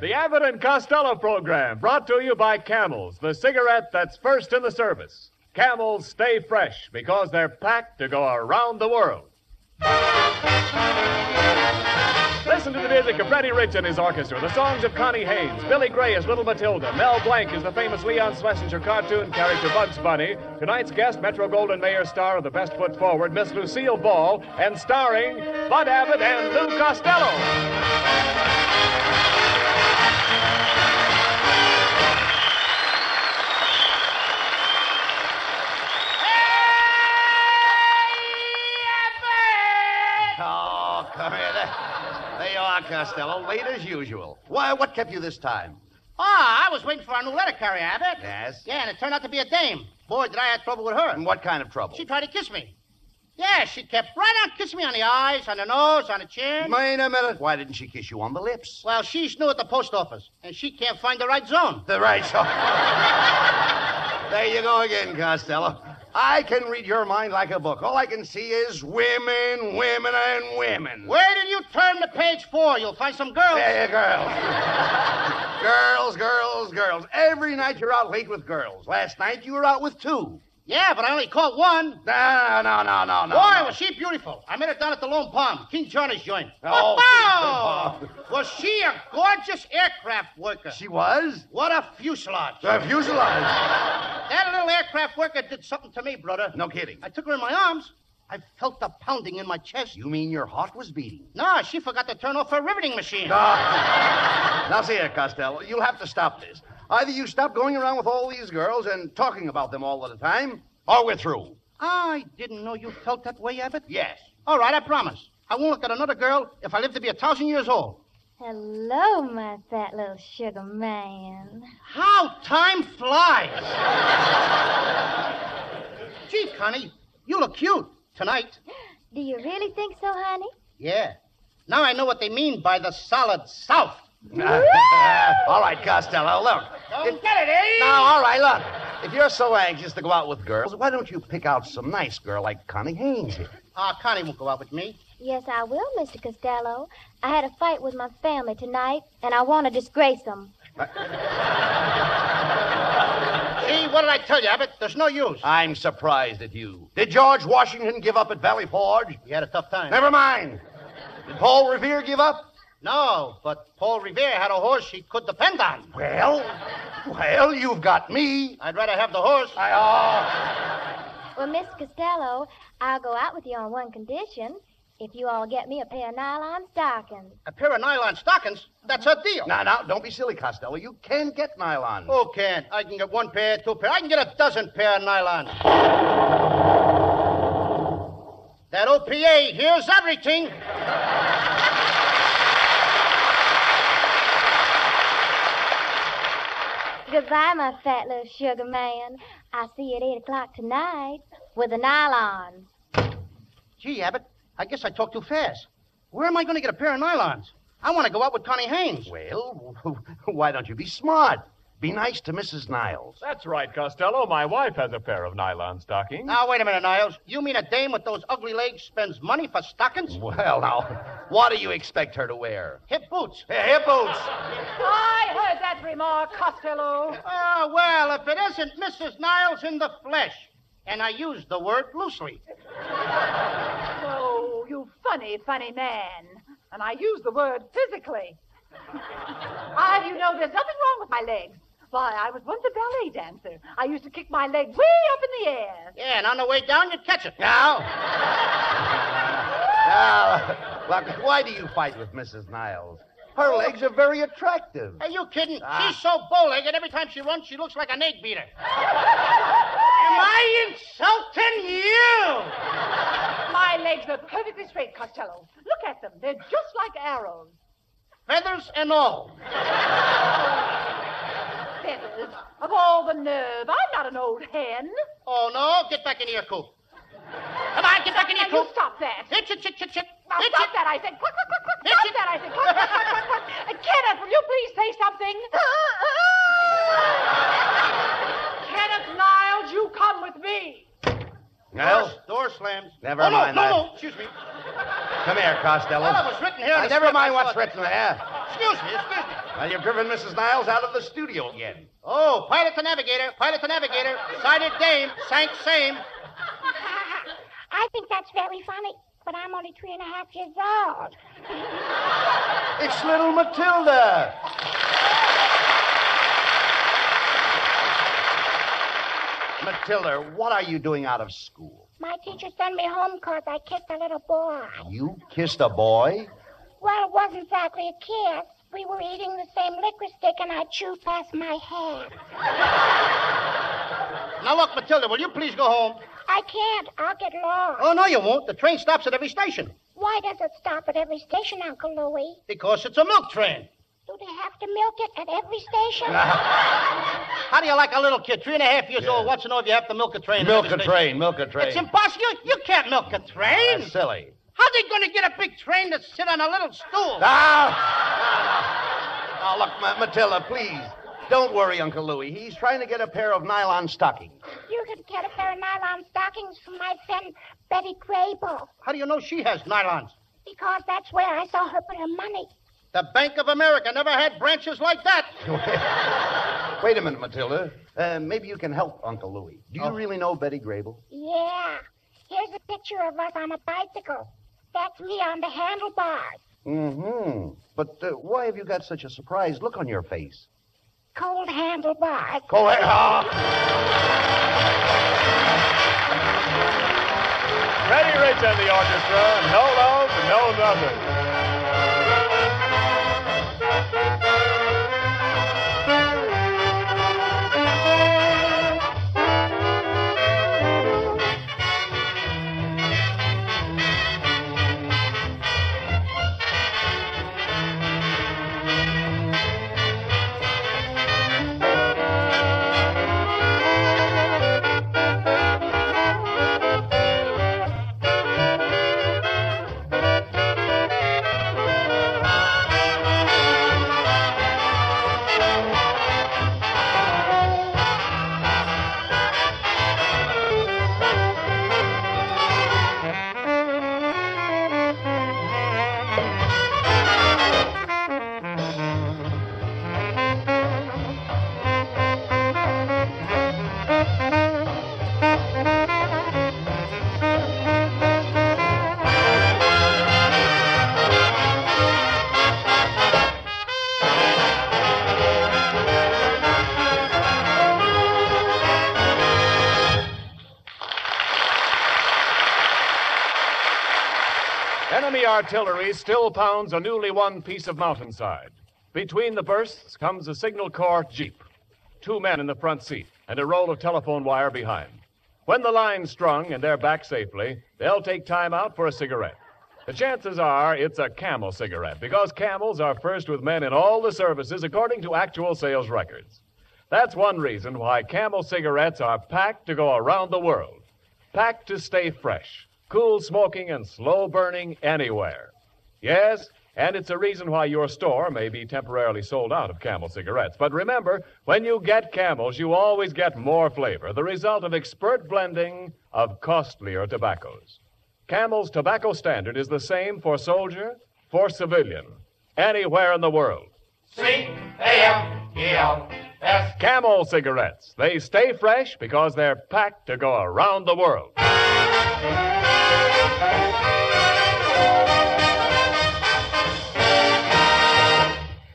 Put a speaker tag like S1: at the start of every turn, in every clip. S1: The Abbott and Costello program brought to you by Camels, the cigarette that's first in the service. Camels stay fresh because they're packed to go around the world. Listen to the music of Freddie Rich and his orchestra, the songs of Connie Haynes, Billy Gray as Little Matilda, Mel Blanc is the famous Leon Schlesinger cartoon character Bugs Bunny, tonight's guest, Metro Golden Mayer star of the Best Foot Forward, Miss Lucille Ball, and starring Bud Abbott and Lou Costello.
S2: Oh, come here. There, there you are, Costello. Late as usual. Why, what kept you this time?
S3: Ah, I was waiting for our new letter carrier, Abbott.
S2: Yes?
S3: Yeah, and it turned out to be a dame. Boy, did I have trouble with her.
S2: And what kind of trouble?
S3: She tried to kiss me. Yeah, she kept right on kissing me on the eyes, on the nose, on the chin.
S2: Wait a minute. Why didn't she kiss you on the lips?
S3: Well, she's new at the post office, and she can't find the right zone.
S2: The right so. there you go again, Costello. I can read your mind like a book. All I can see is women, women, and women.
S3: Where did you turn to page four? You'll find some girls.
S2: There, girls. girls, girls, girls. Every night you're out late with girls. Last night you were out with two.
S3: Yeah, but I only caught one.
S2: No, no, no, no, no.
S3: Boy,
S2: no.
S3: was she beautiful. I met her down at the Lone Palm, King Johnny's joint.
S2: Oh,
S3: Wow!
S2: King
S3: was she a gorgeous aircraft worker?
S2: She was?
S3: What a fuselage.
S2: The fuselage.
S3: That little aircraft worker did something to me, brother.
S2: No kidding.
S3: I took her in my arms. I felt the pounding in my chest.
S2: You mean your heart was beating?
S3: No, she forgot to turn off her riveting machine.
S2: Ah. Now, see here, Costello. You'll have to stop this. Either you stop going around with all these girls and talking about them all the time, or we're through.
S3: I didn't know you felt that way, Abbott.
S2: Yes.
S3: All right, I promise. I won't look at another girl if I live to be a thousand years old.
S4: Hello, my fat little sugar man.
S3: How time flies. Gee, Connie, you look cute tonight.
S4: Do you really think so, honey?
S3: Yeah. Now I know what they mean by the solid South.
S2: all right, Costello, look. If-
S3: get it, eh?
S2: now, all right, look. If you're so anxious to go out with girls, why don't you pick out some nice girl like Connie Haynes here?
S3: Ah, Connie won't go out with me.
S4: Yes, I will, Mr. Costello. I had a fight with my family tonight, and I want to disgrace them.
S3: See, what did I tell you, Abbott? There's no use.
S2: I'm surprised at you. Did George Washington give up at Valley Forge?
S3: You had a tough time.
S2: Never mind. Did Paul Revere give up?
S3: No, but Paul Revere had a horse he could depend on.
S2: Well, well, you've got me.
S3: I'd rather have the horse.
S2: I, oh.
S4: Well, Miss Costello, I'll go out with you on one condition if you all get me a pair of nylon stockings.
S3: A pair of nylon stockings, that's a deal.
S2: Now, now, don't be silly, Costello. You can get nylon.
S3: Who can? I can get one pair, two pair. I can get a dozen pair of nylon. That OPA hears everything.
S4: Goodbye, my fat little sugar man. I'll see you at 8 o'clock tonight with the nylons.
S3: Gee, Abbott, I guess I talk too fast. Where am I going to get a pair of nylons? I want to go out with Connie Haynes.
S2: Well, why don't you be smart? Be nice to Mrs. Niles.
S1: That's right, Costello. My wife has a pair of nylon stockings.
S3: Now, wait a minute, Niles. You mean a dame with those ugly legs spends money for stockings?
S2: Well, now, what do you expect her to wear?
S3: Hip boots.
S2: Hey, hip boots.
S5: I heard that remark, Costello.
S3: Oh, well, if it isn't Mrs. Niles in the flesh. And I use the word loosely.
S5: Oh, you funny, funny man. And I use the word physically. I, you know, there's nothing wrong with my legs. Why, I was once a ballet dancer. I used to kick my leg way up in the air.
S3: Yeah, and on the way down, you'd catch it.
S2: Now? now, look, why do you fight with Mrs. Niles? Her legs are very attractive.
S3: Are you kidding?
S2: Ah.
S3: She's so bow-legged, every time she runs, she looks like an egg beater. Am I insulting you?
S5: My legs are perfectly straight, Costello. Look at them. They're just like arrows.
S3: Feathers and all.
S5: Feathers. Of all the nerve. I'm not an old hen.
S3: Oh, no, get back into your coop. Come on, get back into
S5: Now,
S3: your
S5: you
S3: coop.
S5: stop that.
S3: Hitch it, hitch it, hitch it.
S5: Now,
S3: Hitch
S5: stop
S3: it.
S5: that, I said. Quick, quick, quick, quick.
S3: It's
S5: Stop
S3: it.
S5: that, I said. Quick, quick, quick, quick, quick. Uh, Kenneth, will you please say something? Kenneth Niles, you come with me.
S2: Well,
S3: Door, door slams.
S2: Never
S3: oh,
S2: mind
S3: no,
S2: that.
S3: no, no, excuse me.
S2: come here, Costello.
S3: Well, it was written here.
S2: Uh,
S3: in the
S2: never
S3: script,
S2: mind
S3: I saw
S2: what's
S3: it.
S2: written there.
S3: Excuse me, excuse me.
S2: Well, you've driven Mrs. Niles out of the studio again.
S3: Oh, pilot to navigator, pilot to navigator, sighted dame, sank same.
S6: I think that's very funny, but I'm only three and a half years old.
S2: It's little Matilda. Matilda, what are you doing out of school?
S6: My teacher sent me home 'cause I kissed a little boy.
S2: You kissed a boy?
S6: Well, it wasn't exactly a kiss. We were eating the same liquor stick, and I chewed past my hand.
S3: Now look, Matilda, will you please go home?
S6: I can't. I'll get lost.
S3: Oh, no, you won't. The train stops at every station
S6: Why does it stop at every station, Uncle Louie?
S3: because it's a milk train.
S6: Do they have to milk it at every station?
S3: How do you like a little kid, three and a half years old, wants to know if you have to milk a train? at
S2: Milk
S3: every
S2: a
S3: station?
S2: train, milk a train.
S3: It's impossible. You- You can't milk a train.
S2: That's silly.
S3: How they going to get a big train to sit on a little stool?
S2: Ah! Now, look, Ma- Matilda, please. Don't worry, Uncle Louie. He's trying to get a pair of nylon stockings.
S6: You could get a pair of nylon stockings from my friend Betty Grable,
S3: How do you know she has nylons?
S6: because that's where I saw her put her money.
S3: The Bank of America never had branches like that.
S2: Wait a minute, Matilda. Uh, maybe you can help Uncle Louie. Do you really know Betty Grable?
S6: Yeah. Here's a picture of us on a bicycle. That's me on the handlebars.
S2: Mm-hmm. But uh, why have you got such a surprised look on your face?
S6: Cold handlebars.
S2: Go ahead. Ah!
S1: Freddie Rich and the orchestra. No love, no nothing. Enemy artillery still pounds a newly won piece of mountainside. Between the bursts comes a Signal Corps jeep, two men in the front seat, and a roll of telephone wire behind. When the line's strung and they're back safely, they'll take time out for a cigarette. The chances are it's a camel cigarette because camels are first with men in all the services according to actual sales records. That's one reason why camel cigarettes are packed to go around the world packed to stay fresh, cool smoking, and slow burning anywhere. Yes, and it's a reason why your store may be temporarily sold out of camel cigarettes. But remember, when you get camels, you always get more flavor, the result of expert blending of costlier tobaccos. Camel's tobacco standard is the same for soldier, for civilian, anywhere in the world. Camel cigarettes. They stay fresh because they're packed to go around the world.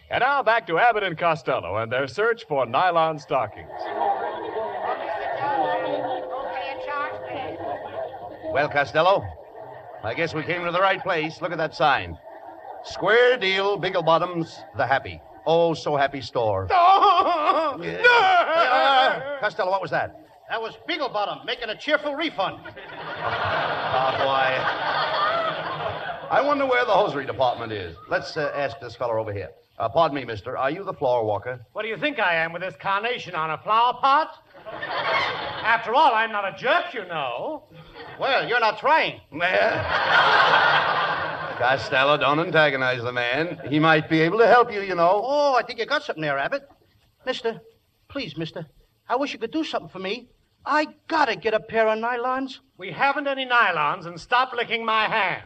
S1: And now back to Abbott and Costello and their search for nylon stockings.
S2: Well, Costello, I guess we came to the right place. Look at that sign. Square deal, Biggle Bottoms, the happy. Oh, so happy store. Yeah. Yeah. Costello, what was that?
S3: That was Beaglebottom making a cheerful refund.
S2: Oh, boy. I wonder where the hosiery department is. Let's uh, ask this fellow over here. Uh, pardon me, mister. Are you the floor walker?
S7: What do you think I am with this carnation on a flower pot? After all, I'm not a jerk, you know.
S3: Well, you're not trying.
S2: Costello, don't antagonize the man. He might be able to help you, you know.
S3: Oh, I think you got something there, Abbott. Mister, please, mister, I wish you could do something for me. I gotta get a pair of nylons.
S7: We haven't any nylons, and stop licking my hand.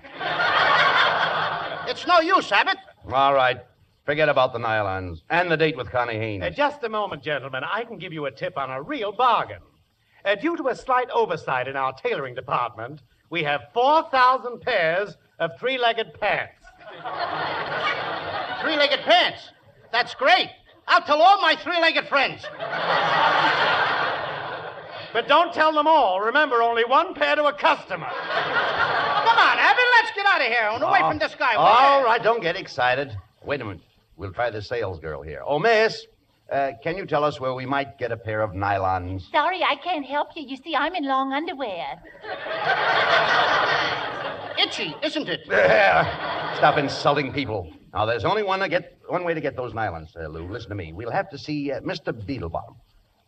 S3: It's no use, Abbott.
S2: All right. Forget about the nylons and the date with Connie Haynes.
S7: Uh, just a moment, gentlemen. I can give you a tip on a real bargain. Uh, due to a slight oversight in our tailoring department, we have 4,000 pairs of three legged pants.
S3: Three legged pants. That's great. I'll tell all my three legged friends.
S7: But don't tell them all. Remember, only one pair to a customer.
S3: Come on, Abbott, let's get out of here and away from this guy. will
S2: All
S3: you?
S2: right, don't get excited. Wait a minute. We'll try the sales girl here. Oh, miss, uh, can you tell us where we might get a pair of nylons?
S5: Sorry, I can't help you. You see, I'm in long underwear.
S3: Itchy, isn't it?
S2: Stop insulting people. Now, there's only one to get one way to get those nylons, uh, Lou. Listen to me. We'll have to see uh, Mr. Beetlebottom.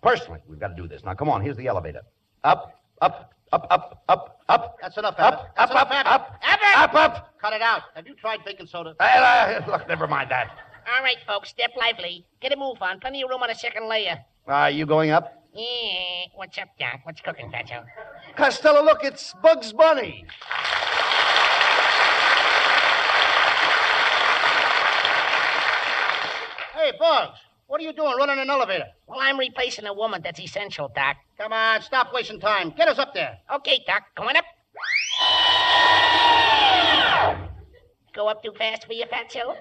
S2: Personally, we've got to do this. Now, come on. Here's the elevator. Up, up, up, up, up, up.
S3: That's enough, Abbott.
S2: Up,
S3: That's
S2: up, up,
S3: enough,
S2: up, up,
S3: Abbott.
S2: up.
S3: Cut it out. Have you tried baking soda?
S2: Uh, look, never mind that.
S8: All right, folks, step lively. Get a move on. Plenty of room on the second layer.
S2: Are you going up?
S8: Yeah. What's up, Doc? What's cooking, Pacho?
S2: Costello, look, it's Bugs Bunny.
S3: Hey, Bugs, what are you doing running an elevator?
S8: Well, I'm replacing a woman that's essential, Doc.
S3: Come on, stop wasting time. Get us up there.
S8: Okay, Doc, going up. Go up too fast for you, Pacho?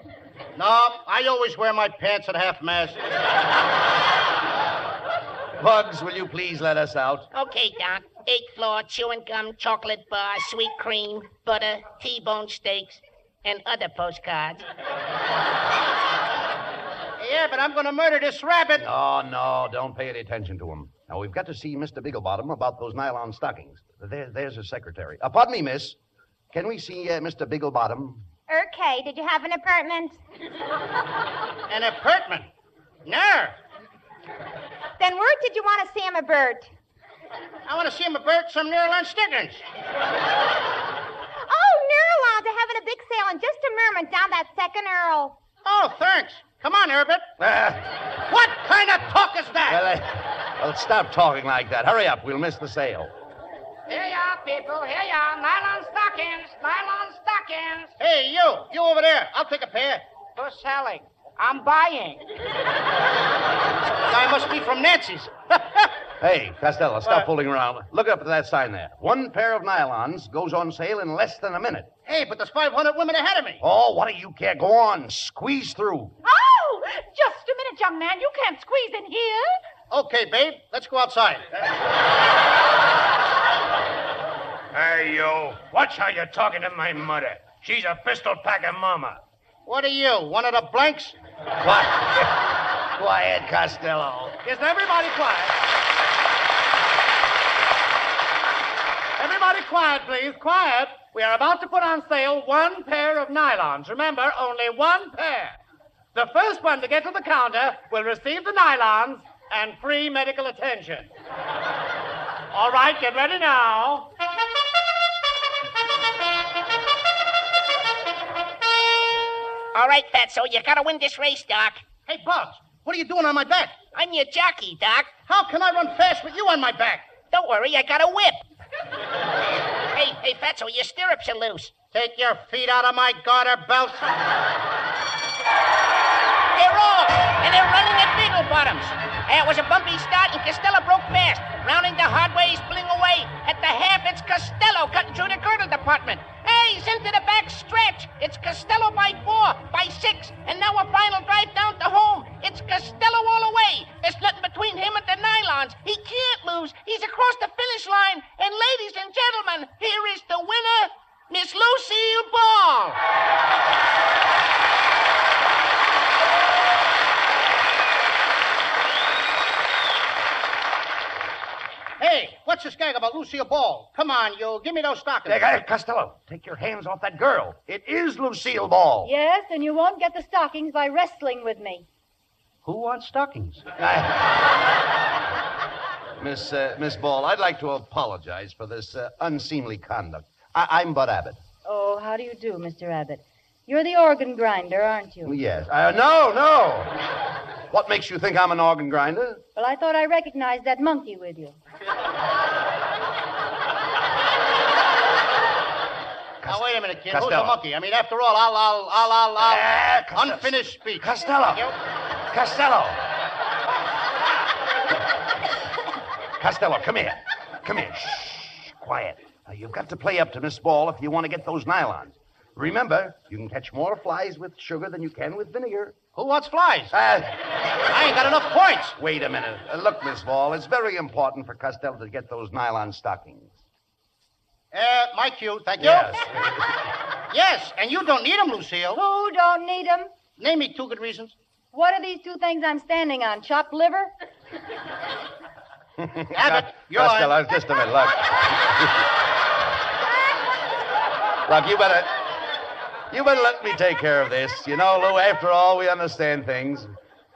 S3: No, I always wear my pants at half mast.
S2: Bugs, will you please let us out?
S8: Okay, Doc. Eighth floor, chewing gum, chocolate bar, sweet cream, butter, T-bone steaks, and other postcards.
S3: Yeah, but I'm going to murder this rabbit.
S2: No, no, don't pay any attention to him. Now, we've got to see Mr. Bigglebottom about those nylon stockings. There, there's his secretary. Uh, pardon me, miss. Can we see uh, Mr. Bigglebottom?
S9: Okay, did you have an apartment?
S3: An apartment. No.
S9: Then where did you want to see him, a bird?
S3: I want to see him a bird some Neuralon stickers.
S9: Oh, Nerlon, they're having a big sale in just a moment down that second Earl.
S3: Oh, thanks. Come on, Herbert.
S2: Ah,
S3: What kind of talk is
S2: well,
S3: that?
S2: uh, well, stop talking like that. Hurry up. We'll miss the sale.
S8: Here you are, people. Here you are. Nylon stockings. Nylon stockings.
S3: Hey, you. You over there. I'll take a pair.
S8: For selling. I'm buying.
S3: Guy must be from Nancy's.
S2: Hey, Costello, stop
S3: What?
S2: fooling around. Look up at that sign there. One pair of nylons goes on sale in less than a minute.
S3: hey, but there's 500 women ahead of me.
S2: Oh, what do you care? Go on. Squeeze through.
S10: Oh, just a minute, young man. You can't squeeze in here.
S3: Okay, babe. Let's go outside.
S7: Hey, you. Watch how you're talking to my mother. She's a pistol packer mama.
S3: What are you? One of the blanks?
S2: Quiet. Quiet, Costello.
S7: Is everybody quiet? Everybody quiet, please. Quiet. We are about to put on sale one pair of nylons. Remember, only one pair. The first one to get to the counter will receive the nylons and free medical attention. All right, get ready now.
S8: All right, Fatso, you gotta win this race, Doc.
S3: Hey, Bugs, what are you doing on my back?
S8: I'm your jockey, Doc.
S3: How can I run fast with you on my back?
S8: Don't worry, I got a whip. hey, hey, Fatso, your stirrups are loose.
S3: Take your feet out of my garter belt.
S8: They're off, and they're running at Beagle Bottoms. It was a bumpy start, and Costello broke fast. Rounding the hard way, he's pulling away. At the half, it's Costello cutting through the girdle department. Hey, he's into the back stretch. It's Costello by four, by six, and now a final drive down to home. It's Costello all the way. There's nothing between him and the nylons. He can't lose. He's across the finish line. And ladies and gentlemen, here is the winner, Miss Lucille Ball.
S3: Hey, what's this gag about Lucille Ball? Come on, you. Give me those stockings.
S2: Hey, hey, Costello, take your hands off that girl. It is Lucille Ball.
S5: Yes, and you won't get the stockings by wrestling with me.
S3: Who wants stockings?
S2: Miss uh, Miss Ball, I'd like to apologize for this uh, unseemly conduct. I- I'm Bud Abbott.
S5: Oh, how do you do, Mr. Abbott? You're the organ grinder, aren't you?
S2: Yes. Uh, no, no. What makes you think I'm an organ grinder?
S5: Well, I thought I recognized that monkey with you.
S2: Costello.
S3: Now, wait a minute, kid. Who's
S2: Costello.
S3: the monkey? I mean, after all, I'll, I'll, I'll, I'll, I'll...
S2: Ah, Costello.
S3: unfinished speech.
S2: Costello. Costello. Costello, come here. Come here. Shh. Quiet. Now, you've got to play up to Miss Ball if you want to get those nylons. Remember, you can catch more flies with sugar than you can with vinegar.
S3: Who wants flies?
S2: Uh,
S3: I ain't got enough points.
S2: wait a minute. Uh, look, Miss Ball, it's very important for Costello to get those nylon stockings.
S3: Uh, my cue, thank you.
S2: Yes.
S3: Yes, and you don't need them, Lucille.
S5: Who don't need 'em?
S3: Name me two good reasons.
S5: What are these two things I'm standing on? Chopped liver?
S3: Abbott, you're on.
S2: Costello, just a minute. Look. look, you better. You better let me take care of this. You know, Lou, after all, we understand things.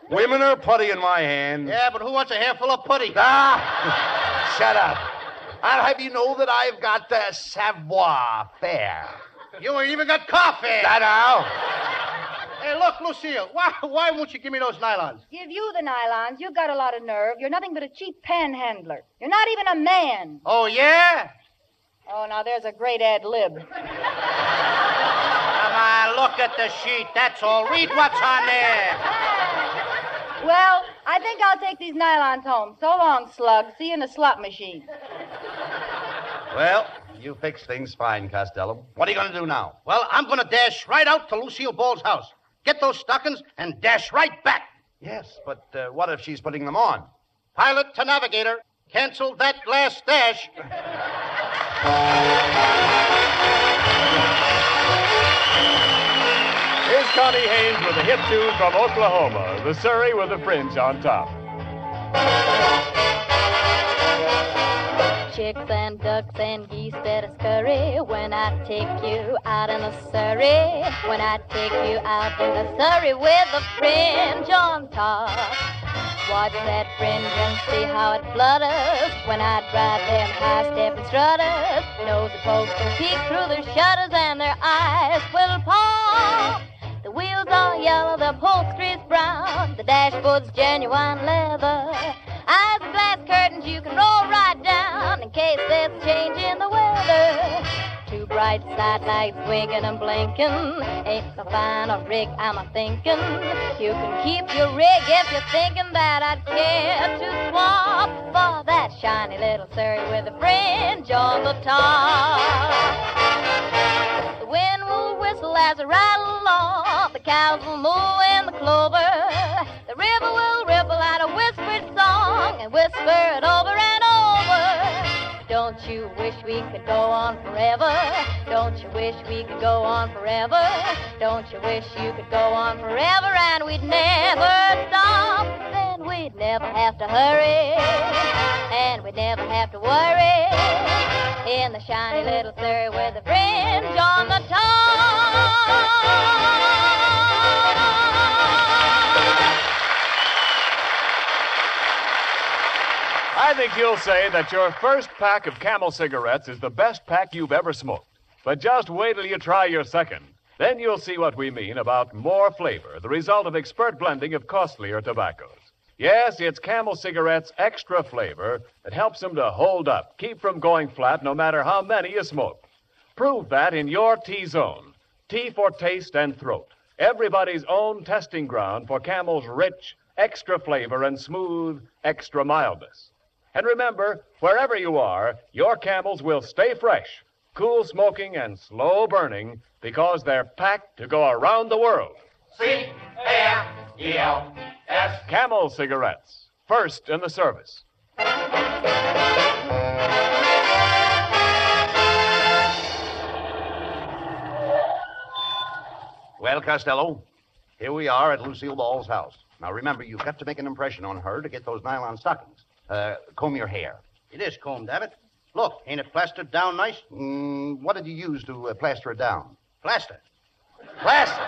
S2: Women are putty in my hands.
S3: Yeah, but who wants a handful of putty?
S2: Ah! Shut up. I'll have you know that I've got the savoir faire.
S3: You ain't even got coffee.
S2: I know.
S3: Hey, look, Lucille, why, why won't you give me those nylons?
S5: Give you the nylons. You've got a lot of nerve. You're nothing but a cheap panhandler. You're not even a man.
S3: Oh, yeah?
S5: Oh, now there's a great ad lib.
S3: Come on, look at the sheet. That's all. Read what's on there.
S5: Well, I think I'll take these nylons home. So long, slug. See you in the slot machine.
S2: Well, you fix things fine, Costello. What are you going to do now?
S3: Well, I'm going to dash right out to Lucille Ball's house, get those stockings, and dash right back.
S2: Yes, but uh, what if she's putting them on?
S3: Pilot to navigator, cancel that last dash.
S1: Here's Connie Haynes with a hit tune from Oklahoma, the Surrey with a fringe on top.
S9: Chicks and ducks and geese that are scurry when I take you out in a surrey. When I take you out in a surrey with a fringe on top. Watch that fringe and see how it flutters when I drive them high stepping strutters. Nose the folks will peek through their shutters and their eyes will pop. The wheels are yellow, the upholstery's brown, the dashboard's genuine leather. Eyes and glass curtains you can roll right down in case there's a change in the weather. Two bright side lights winking and blinking. Ain't so fine a rig I'm a thinking. You can keep your rig if you're thinking that I'd care to swap for that shiny little Surrey with a fringe on the top. The wind will whistle as I rattle along. The cows will moo in the clover. The river will ripple out a whispered song and whisper it over and over. Don't you wish we could go on forever? Don't you wish we could go on forever? Don't you wish you could go on forever and we'd never stop? Then we'd never have to hurry and we'd never have to worry in the shiny little surrey with a fringe on the top.
S1: I think you'll say that your first pack of camel cigarettes is the best pack you've ever smoked. But just wait till you try your second. Then you'll see what we mean about more flavor, the result of expert blending of costlier tobaccos. Yes, it's camel cigarettes' extra flavor that helps them to hold up, keep from going flat no matter how many you smoke. Prove that in your T zone. T for taste and throat. Everybody's own testing ground for camel's rich, extra flavor and smooth, extra mildness. And remember, wherever you are, your camels will stay fresh, cool smoking, and slow burning because they're packed to go around the world. C A M E L S. Camel cigarettes, first in the service.
S2: Well, Costello, here we are at Lucille Ball's house. Now, remember, you've got to make an impression on her to get those nylon stockings. Uh, comb your hair.
S3: It is combed, Abbott. Look, ain't it plastered down nice?
S2: Mm, what did you use to uh, plaster it down?
S3: Plaster.
S2: Plaster.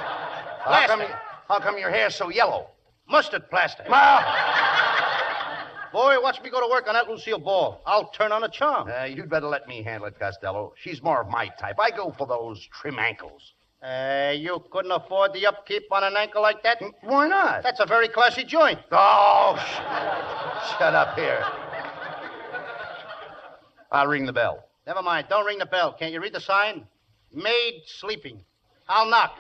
S2: How come, how come your hair's so yellow?
S3: Mustard plaster.
S2: Ma!
S3: Boy, watch me go to work on that Lucille Ball. I'll turn on a charm.
S2: Uh, you'd better let me handle it, Costello. She's more of my type. I go for those trim ankles.
S3: Uh, you couldn't afford the upkeep on an ankle like that?
S2: Mm, Why not?
S3: That's a very classy joint.
S2: Oh, sh- shut up here. I'll ring the bell.
S3: Never mind. Don't ring the bell. Can't you read the sign? Maid sleeping. I'll knock.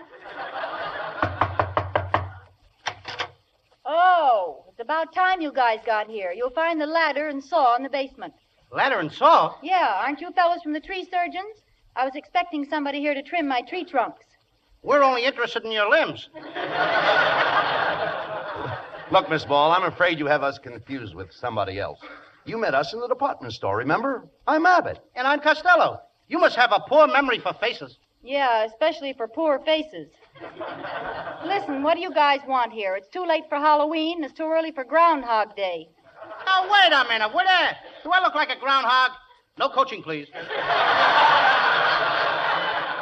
S5: Oh, it's about time you guys got here. You'll find the ladder and saw in the basement.
S3: Ladder and saw?
S5: Yeah, aren't you fellows from the tree surgeons? I was expecting somebody here to trim my tree trunks.
S3: We're only interested in your limbs.
S2: Look, Miss Ball, I'm afraid you have us confused with somebody else. You met us in the department store, remember? I'm Abbott.
S3: And I'm Costello. You must have a poor memory for faces.
S5: Yeah, especially for poor faces. Listen, what do you guys want here? It's too late for Halloween. It's too early for Groundhog Day.
S3: Now, wait a minute. What the? Do I look like a groundhog? No coaching, please.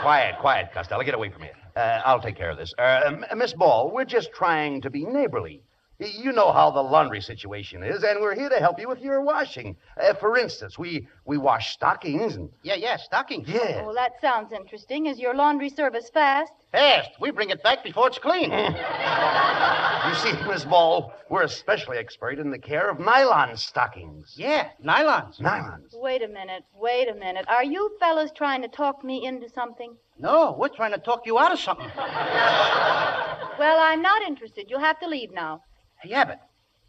S2: Quiet, quiet, Costello. Get away from here. Uh, I'll take care of this. Uh, M- Miss Ball, we're just trying to be neighborly. Y- You know how the laundry situation is, and we're here to help you with your washing. Uh, for instance, we we wash stockings and
S3: Yeah, yeah, stockings.
S2: yeah.
S5: Well, that sounds interesting. Is your laundry service fast?
S3: Fast. We bring it back before it's clean.
S2: You see, Miss Ball, we're especially expert in the care of nylon stockings.
S3: yeah, nylons.
S2: Nylons.
S5: Wait a minute, wait a minute. Are you fellas trying to talk me into something?
S3: No, we're trying to talk you out of something.
S5: Well, I'm not interested. You'll have to leave now.
S3: Hey, Abbott,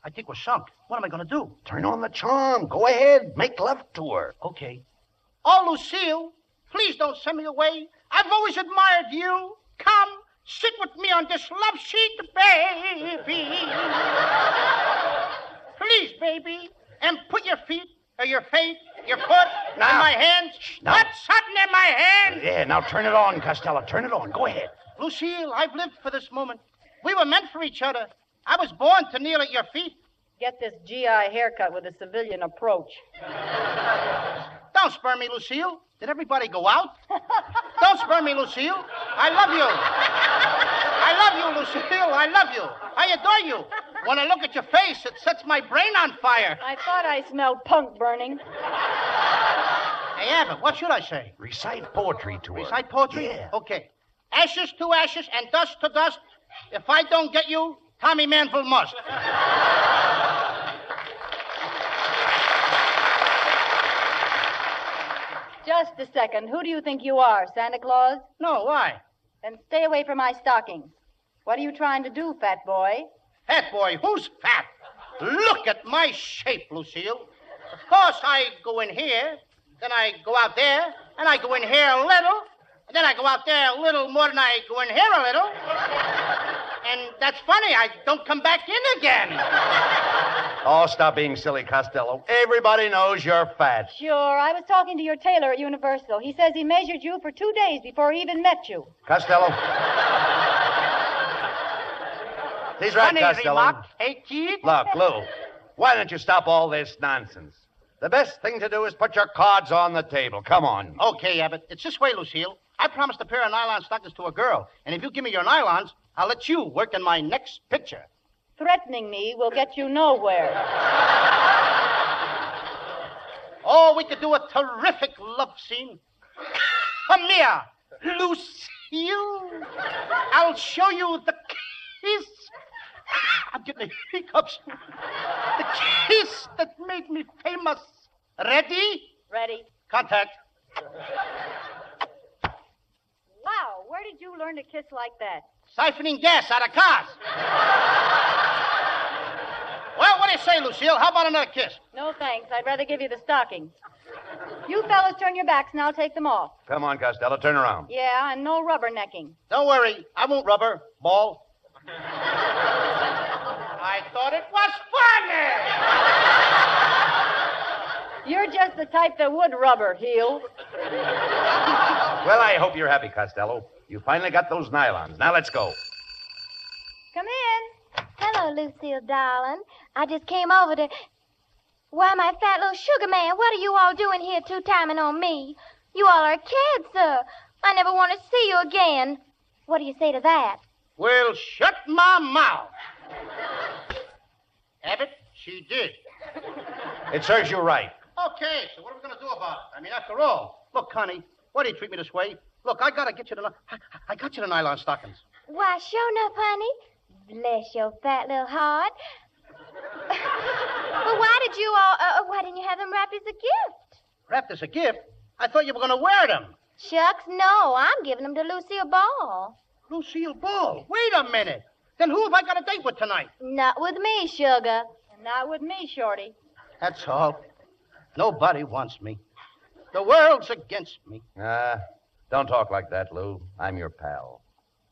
S3: I think we're sunk. What am I going to do?
S2: Turn on the charm. Go ahead. Make love to her.
S3: Okay. Oh, Lucille, please don't send me away. I've always admired you. Come, sit with me on this love sheet, baby. please, baby, and put your feet or your feet, your foot
S2: Now.
S3: in my hands.
S2: now.
S3: What's something in my hand?
S2: Yeah, now turn it on, Costello. Turn it on. Go ahead.
S3: Lucille, I've lived for this moment. We were meant for each other. I was born to kneel at your feet.
S5: Get this GI haircut with a civilian approach.
S3: Don't spur me, Lucille. Did everybody go out? Don't spur me, Lucille. I love you. I love you, Lucille. I love you. I adore you. When I look at your face, it sets my brain on fire.
S5: I thought I smelled punk burning.
S3: Hey, Abbott, what should I say?
S2: Recite poetry to her.
S3: Recite poetry?
S2: Yeah.
S3: Okay. Ashes to ashes and dust to dust. If I don't get you, Tommy Manville must.
S5: Just a second. Who do you think you are, Santa Claus?
S3: No, why?
S5: Then stay away from my stockings. What are you trying to do, fat boy?
S3: Fat boy, who's fat? Look at my shape, Lucille. Of course, I go in here, then I go out there, and I go in here a little, and then I go out there a little more than I go in here a little. And that's funny, I don't come back in again.
S2: Oh, stop being silly, Costello. Everybody knows you're fat.
S5: Sure, I was talking to your tailor at Universal. He says he measured you for two days before he even met you.
S2: Costello. He's right,
S3: funny
S2: Costello.
S3: remark, hey, kid?
S2: Look, Lou, why don't you stop all this nonsense? The best thing to do is put your cards on the table. Come on.
S3: Okay, Abbott, it's this way, Lucille. I promised a pair of nylon stockings to a girl, and if you give me your nylons, I'll let you work in my next picture.
S5: Threatening me will get you nowhere.
S3: Oh, we could do a terrific love scene. Come here, Lucille. I'll show you the kiss. I'm getting the hiccups. The kiss that made me famous. Ready?
S5: Ready?
S3: Contact.
S5: Wow, where did you learn to kiss like that?
S3: Siphoning gas out of cars. Well, what do you say, Lucille? How about another kiss?
S5: No thanks. I'd rather give you the stockings. You fellas turn your backs and I'll take them off.
S2: Come on, Costello. Turn around.
S5: Yeah, and no rubbernecking.
S3: Don't worry, I won't rubber ball.
S7: I thought it was funny.
S5: You're just the type that would rubber, heel.
S2: Well, I hope you're happy, Costello. You finally got those nylons. Now let's go.
S5: Come in.
S9: Hello, Lucille, darling. I just came over to. Why, my fat little sugar man, what are you all doing here two timing on me? You all are kids, sir. I never want to see you again. What do you say to that?
S3: Well, shut my mouth. Abbott, she did.
S2: It serves you right.
S3: Okay, so what are we going to do about it? I mean, after all, look, Connie, why do you treat me this way? Look, I got to get you the. ni- I, I got you the nylon stockings.
S9: Why, sure enough, honey. Bless your fat little heart. but why did you all. Uh, uh, why didn't you have them wrapped as a gift?
S3: Wrapped as a gift. I thought you were going to wear them.
S9: Shucks, no. I'm giving them to Lucille Ball.
S3: Lucille Ball? Wait a minute. Then who have I got a date with tonight?
S9: Not with me, Sugar.
S5: Not with me, Shorty.
S3: That's all. Nobody wants me. The world's against me.
S2: Ah, don't talk like that, Lou. I'm your pal.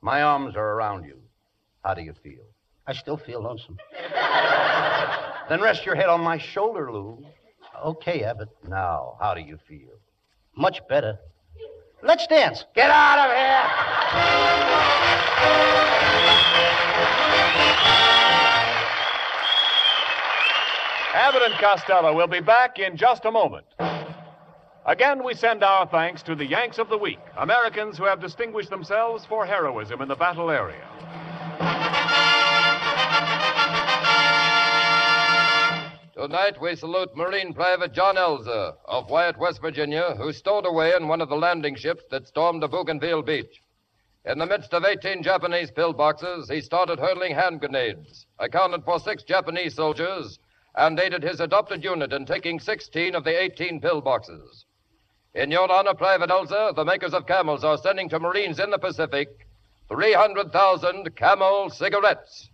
S2: My arms are around you. How do you feel?
S3: I still feel lonesome.
S2: Then rest your head on my shoulder, Lou.
S3: Okay, Abbott.
S2: Now, how do you feel?
S3: Much better. Let's dance.
S2: Get out of here!
S1: Abbott and Costello will be back in just a moment. Again, we send our thanks to the Yanks of the Week, Americans who have distinguished themselves for heroism in the battle area.
S11: Tonight, we salute Marine Private John Elzer of Wyatt, West Virginia, who stowed away in one of the landing ships that stormed the Bougainville Beach. In the midst of 18 Japanese pillboxes, he started hurling hand grenades, accounted for six Japanese soldiers, and aided his adopted unit in taking 16 of the 18 pillboxes. In your honor, Private Elzer, the makers of camels are sending to Marines in the Pacific 300,000 camel cigarettes.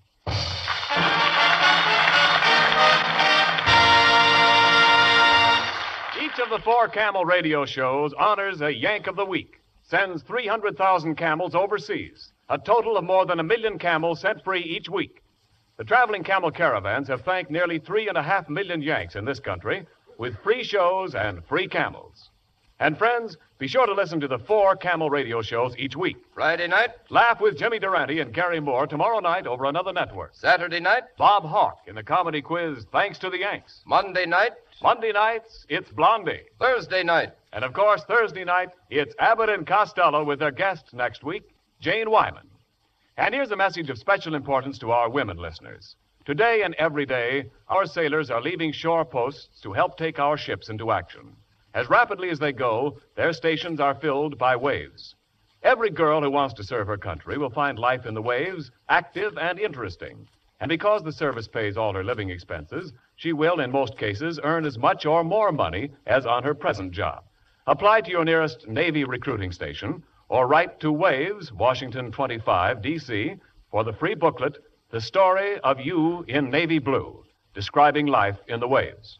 S1: Each of the four camel radio shows honors a Yank of the Week, sends 300,000 camels overseas, a total of more than a million camels sent free each week. The traveling camel caravans have thanked nearly three and a half million Yanks in this country with free shows and free camels. And friends, be sure to listen to the four camel radio shows each week.
S11: Friday night,
S1: Laugh with Jimmy Durante and Gary Moore tomorrow night over another network.
S11: Saturday night,
S1: Bob Hawk in the comedy quiz Thanks to the Yanks.
S11: Monday night,
S1: Monday nights, it's Blondie.
S11: Thursday night.
S1: And of course, Thursday night, it's Abbott and Costello with their guest next week, Jane Wyman. And here's a message of special importance to our women listeners. Today and every day, our sailors are leaving shore posts to help take our ships into action. As rapidly as they go, their stations are filled by waves. Every girl who wants to serve her country will find life in the waves active and interesting. And because the service pays all her living expenses, she will, in most cases, earn as much or more money as on her present job. Apply to your nearest Navy recruiting station or write to Waves, Washington 25, D.C., for the free booklet, The Story of You in Navy Blue, describing life in the waves.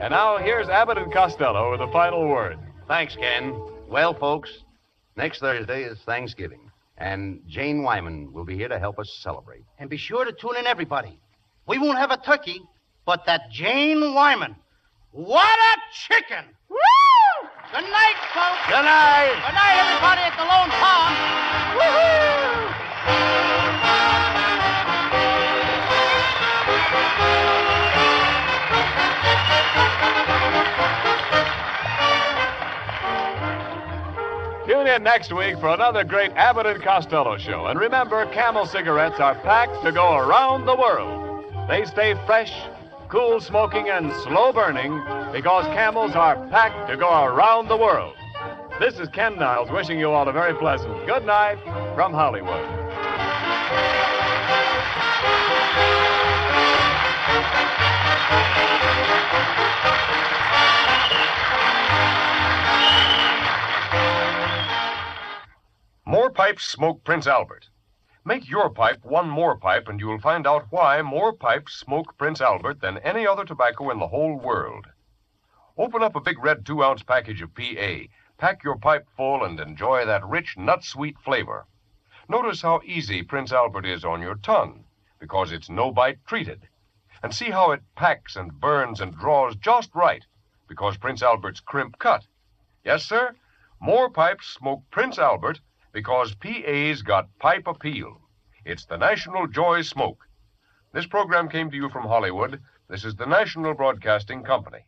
S1: And now here's Abbott and Costello with the final word.
S2: Thanks, Ken. Well, folks, next Thursday is Thanksgiving, and Jane Wyman will be here to help us celebrate.
S3: And be sure to tune in, everybody. We won't have a turkey, but that Jane Wyman. What a chicken! Woo! Good night, folks.
S2: Good night!
S3: Good night, everybody at the Lone Pond. Woohoo!
S1: Tune in next week for another great Abbott and Costello show. And remember, camel cigarettes are packed to go around the world. They stay fresh, cool smoking, and slow burning because camels are packed to go around the world. This is Ken Niles wishing you all a very pleasant good night from Hollywood.
S12: More pipes smoke Prince Albert. Make your pipe one more pipe, and you'll find out why more pipes smoke Prince Albert than any other tobacco in the whole world. Open up a big red two ounce package of PA. Pack your pipe full and enjoy that rich, nut sweet flavor. Notice how easy Prince Albert is on your tongue, because it's no bite treated. And see how it packs and burns and draws just right, because Prince Albert's crimp cut. Yes, sir, more pipes smoke Prince Albert because PA's got pipe appeal. It's the National Joy Smoke. This program came to you from Hollywood. This is the National Broadcasting Company.